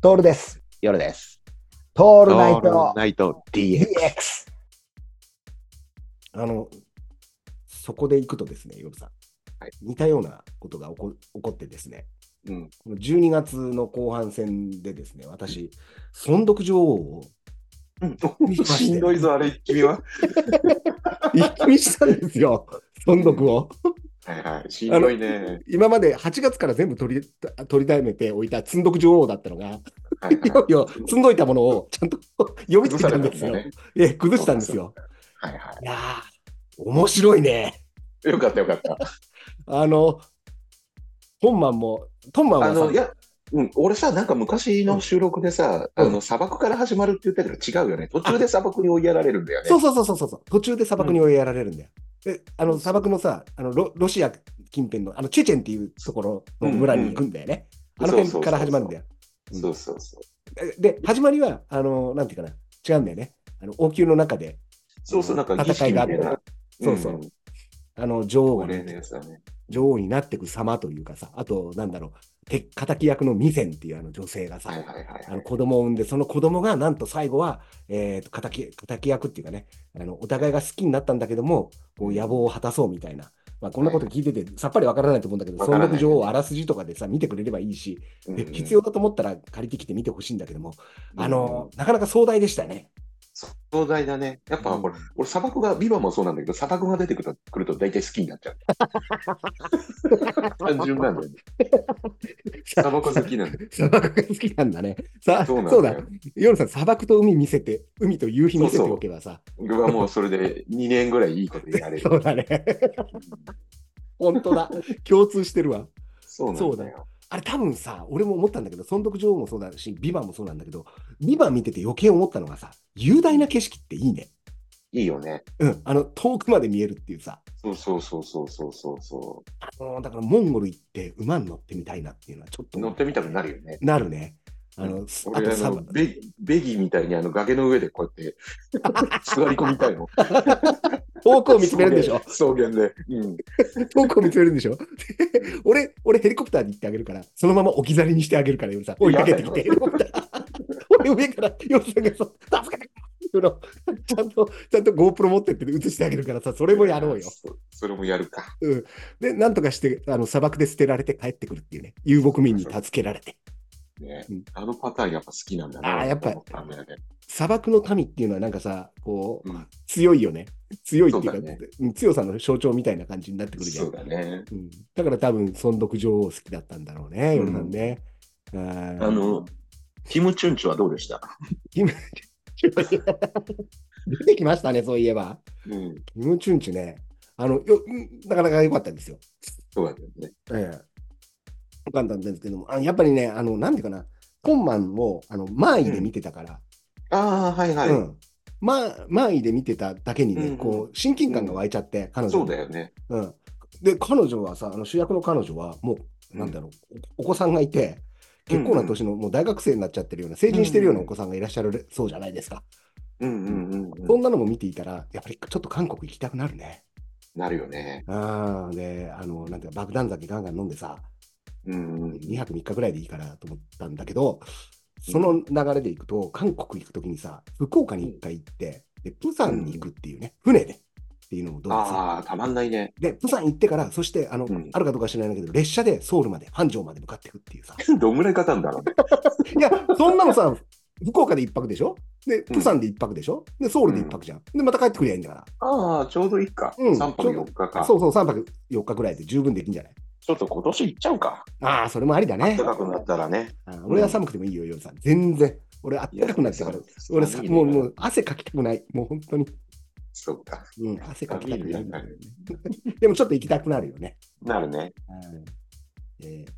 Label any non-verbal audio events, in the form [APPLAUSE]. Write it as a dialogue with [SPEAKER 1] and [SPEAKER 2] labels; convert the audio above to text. [SPEAKER 1] トールです。
[SPEAKER 2] 夜です。
[SPEAKER 1] ト
[SPEAKER 2] オ
[SPEAKER 1] ールナイト
[SPEAKER 2] ナイト DX。
[SPEAKER 1] DX。あの、そこで行くとですね、ヨルさん、
[SPEAKER 2] はい
[SPEAKER 1] 似たようなことが起こ起こってですね、
[SPEAKER 2] うん。
[SPEAKER 1] この12月の後半戦でですね、私、存読女王を見まして
[SPEAKER 2] [LAUGHS] しんどいぞ、あれ、君は。
[SPEAKER 1] 一気見したんです [LAUGHS] よ、存読を。
[SPEAKER 2] はいはい。しんどいね。
[SPEAKER 1] 今まで8月から全部取り取りためておいた積んどく女王だったのが、
[SPEAKER 2] はい
[SPEAKER 1] いよいよ積んどいたものをちゃんと読みつけたんですよ。
[SPEAKER 2] ね。
[SPEAKER 1] え崩したんですよ。
[SPEAKER 2] はいはい
[SPEAKER 1] やー、面白いね。
[SPEAKER 2] い。よかったよかった。
[SPEAKER 1] あの、本マンも、トンマン
[SPEAKER 2] あ
[SPEAKER 1] は
[SPEAKER 2] の、い
[SPEAKER 1] さ、
[SPEAKER 2] や、うん、俺さ、なんか昔の収録でさ、
[SPEAKER 1] うん
[SPEAKER 2] あの砂漠から始まるって言ったけど違うよね。途中で砂漠に追いやられるんだよね。
[SPEAKER 1] そうそうそうそうそうそう、途中で砂漠に追いやられるんだよ。で、あの砂漠のさ、あのロロシア近辺の、あのチェチェンっていうところの村に行くんだよね。
[SPEAKER 2] うんうん
[SPEAKER 1] あの辺から始まるんだよ。
[SPEAKER 2] そうそうそう。
[SPEAKER 1] で、で始まりは、あの、なんていうかな、違うんだよね。あの王宮の中で、
[SPEAKER 2] そうそう、なんか儀
[SPEAKER 1] 戦
[SPEAKER 2] 式
[SPEAKER 1] い
[SPEAKER 2] み
[SPEAKER 1] があ
[SPEAKER 2] た
[SPEAKER 1] っ
[SPEAKER 2] い
[SPEAKER 1] て
[SPEAKER 2] な。。
[SPEAKER 1] そうそうんあの女王
[SPEAKER 2] 恒
[SPEAKER 1] がね、
[SPEAKER 2] 例のやつだね。
[SPEAKER 1] 女王になっていく様というかさ、あと、なんだろう、て敵役のミセンっていうあの女性がさ、
[SPEAKER 2] はいはいはい
[SPEAKER 1] あ
[SPEAKER 2] は
[SPEAKER 1] の
[SPEAKER 2] い。
[SPEAKER 1] 子供を産んで、その子供がなんと最後は、えーと敵敵役っていうかねあの、お互いが好きになったんだけども、こう野望を果たそうみたいな、まあ、こんなこと聞いてて、さっぱりわからないと思うんだけど、
[SPEAKER 2] わ
[SPEAKER 1] そ
[SPEAKER 2] か
[SPEAKER 1] の
[SPEAKER 2] らない
[SPEAKER 1] 六女王をあらすじとかでさ、見てくれればいいし、
[SPEAKER 2] うん
[SPEAKER 1] で必要だと思ったら借りてきて見てほしいんだけども、あの、なかなか壮大でしたね。
[SPEAKER 2] 壮大だね。やっぱ、これ、俺、砂漠が、ビバもそうなんだけど、砂漠が出てくると、くると大体好きになっ
[SPEAKER 1] [LAUGHS]
[SPEAKER 2] ちゃう。単純なんだよね。砂漠好きなんだよ。
[SPEAKER 1] 砂漠が好きなんだね。さ
[SPEAKER 2] そうなんだ
[SPEAKER 1] そうだ
[SPEAKER 2] よ。、
[SPEAKER 1] ヨルさん、砂漠と海見せて、海と夕日見せて
[SPEAKER 2] そうそう
[SPEAKER 1] おけばさ、
[SPEAKER 2] 僕はもうそれで2年ぐらいいいことやれ
[SPEAKER 1] そう
[SPEAKER 2] る。
[SPEAKER 1] だ [LAUGHS] ね。本当だ、共通してるわ。
[SPEAKER 2] そうなんだよ。
[SPEAKER 1] あれ多分さ、俺も思ったんだけど、存続女王もそうだし、ビバンもそうなんだけど、ビバン見てて余計思ったのがさ、雄大な景色っていいね。
[SPEAKER 2] いいよね。
[SPEAKER 1] うん、あの、遠くまで見えるっていうさ、
[SPEAKER 2] そうそうそうそうそうそうそ
[SPEAKER 1] あのだからモンゴル行って馬に乗ってみたいなっていうのはちょっと
[SPEAKER 2] う。
[SPEAKER 1] 思
[SPEAKER 2] 乗
[SPEAKER 1] う
[SPEAKER 2] ってみたくなるよね。
[SPEAKER 1] なるね。あの、すあ
[SPEAKER 2] 俺
[SPEAKER 1] と
[SPEAKER 2] あ
[SPEAKER 1] さ
[SPEAKER 2] の、ベベギみたいにあの崖の上でこうやって座り込みた
[SPEAKER 1] [LAUGHS]
[SPEAKER 2] いの。
[SPEAKER 1] [LAUGHS] 遠くを見つめるんでしょ
[SPEAKER 2] 草原で。うん。
[SPEAKER 1] 遠くを見つめるんでしょ俺、俺ヘリコプターに行ってあげるから、そのまま置き去りにしてあげるから、夜さん。追いかけてきて、ヘリコプター。 [LAUGHS] 俺上から、夜さんがそう、助けてっていうのをちゃんと、ちゃんと GoPro 持ってって映してあげるからさ、それもやろうよ。
[SPEAKER 2] そ。それもやるか。
[SPEAKER 1] で、なんとかして、あの砂漠で捨てられて帰ってくるっていうね、遊牧民に助けられて。
[SPEAKER 2] ね
[SPEAKER 1] うん、
[SPEAKER 2] あのパターンやっぱ好きなんだな。
[SPEAKER 1] あーやっぱ
[SPEAKER 2] 思たんだよね
[SPEAKER 1] 砂漠の民っていうのは、なんかさ、こう、
[SPEAKER 2] うん
[SPEAKER 1] 強いよね。強いっていうか、
[SPEAKER 2] そうだね
[SPEAKER 1] うん強さの象徴みたいな感じになってくるじゃん。
[SPEAKER 2] そうだね。
[SPEAKER 1] うん、だから多分、存続女王好きだったんだろうね、
[SPEAKER 2] うん
[SPEAKER 1] ヨルさんね。あー
[SPEAKER 2] あの、キムチュンチュはどうでした
[SPEAKER 1] [LAUGHS] 出てきましたね、そういえば。
[SPEAKER 2] うん。
[SPEAKER 1] キムチュンチュね、あのようんなかなか良かったんですよ。
[SPEAKER 2] そうだよね。
[SPEAKER 1] ええ。良かったんですけども、あのやっぱりね、あの、なんていうかな、コンマンをあのマーイで見てたから、
[SPEAKER 2] ああ、はいはい。
[SPEAKER 1] うん、まあ、満位で見てただけにね、
[SPEAKER 2] うんうん
[SPEAKER 1] こう親近感が湧いちゃって、彼女
[SPEAKER 2] そうだ
[SPEAKER 1] よ、
[SPEAKER 2] よね。
[SPEAKER 1] うん。で、彼女はさ、あの主役の彼女は、もう、なんだろう、おお子さんがいて、結構な年の、もう大学生になっちゃってるような、成人してるようなお子さんがいらっしゃるそうじゃないですか。
[SPEAKER 2] うんうんうんうん。
[SPEAKER 1] そんなのも見ていたら、やっぱりちょっと韓国行きたくなるね。
[SPEAKER 2] なるよね。
[SPEAKER 1] あーで、あの、なんていうか、爆弾酒ガンガン飲んでさ、
[SPEAKER 2] うんうん。
[SPEAKER 1] 2泊3日ぐらいでいいかなと思ったんだけど、その流れで行くと、韓国行くときにさ、福岡に1回行って、で、プサンに行くっていうね、船でっていうのもどうです
[SPEAKER 2] ああ、たまんないね。 [LAUGHS]
[SPEAKER 1] で、プサン行ってから、そして、あの、
[SPEAKER 2] うん
[SPEAKER 1] あるかどうか知らないけど、列車でソウルまで、繁盛まで向かっていくっていうさ。
[SPEAKER 2] どんぐらいかかるんだろうね。
[SPEAKER 1] いや、そんなのさ、福岡で1泊でしょで、
[SPEAKER 2] うん
[SPEAKER 1] プサンで1泊でしょで、ソウルで1泊じゃん。で、また帰ってくりゃいいんだか
[SPEAKER 2] ああ、ちょうどいいか。
[SPEAKER 1] うん
[SPEAKER 2] 3泊4日
[SPEAKER 1] ら。
[SPEAKER 2] か。
[SPEAKER 1] そうそう、3泊4日ぐらいで十分できるんじゃない
[SPEAKER 2] ちょっと今年行っちゃうか。
[SPEAKER 1] ああ、それもありだね。
[SPEAKER 2] 高くなったらね。
[SPEAKER 1] あー俺は寒くてもいいよ、夜さん。全然。俺、あったかくなってから。俺さ、もう、も
[SPEAKER 2] う。
[SPEAKER 1] う、汗かきたくない。もう本当に。
[SPEAKER 2] そうか。
[SPEAKER 1] うん、汗かきたくないんだよね [LAUGHS]
[SPEAKER 2] 寒いね。
[SPEAKER 1] でも、ちょっと行きたくなるよね。
[SPEAKER 2] なるね。
[SPEAKER 1] うんえー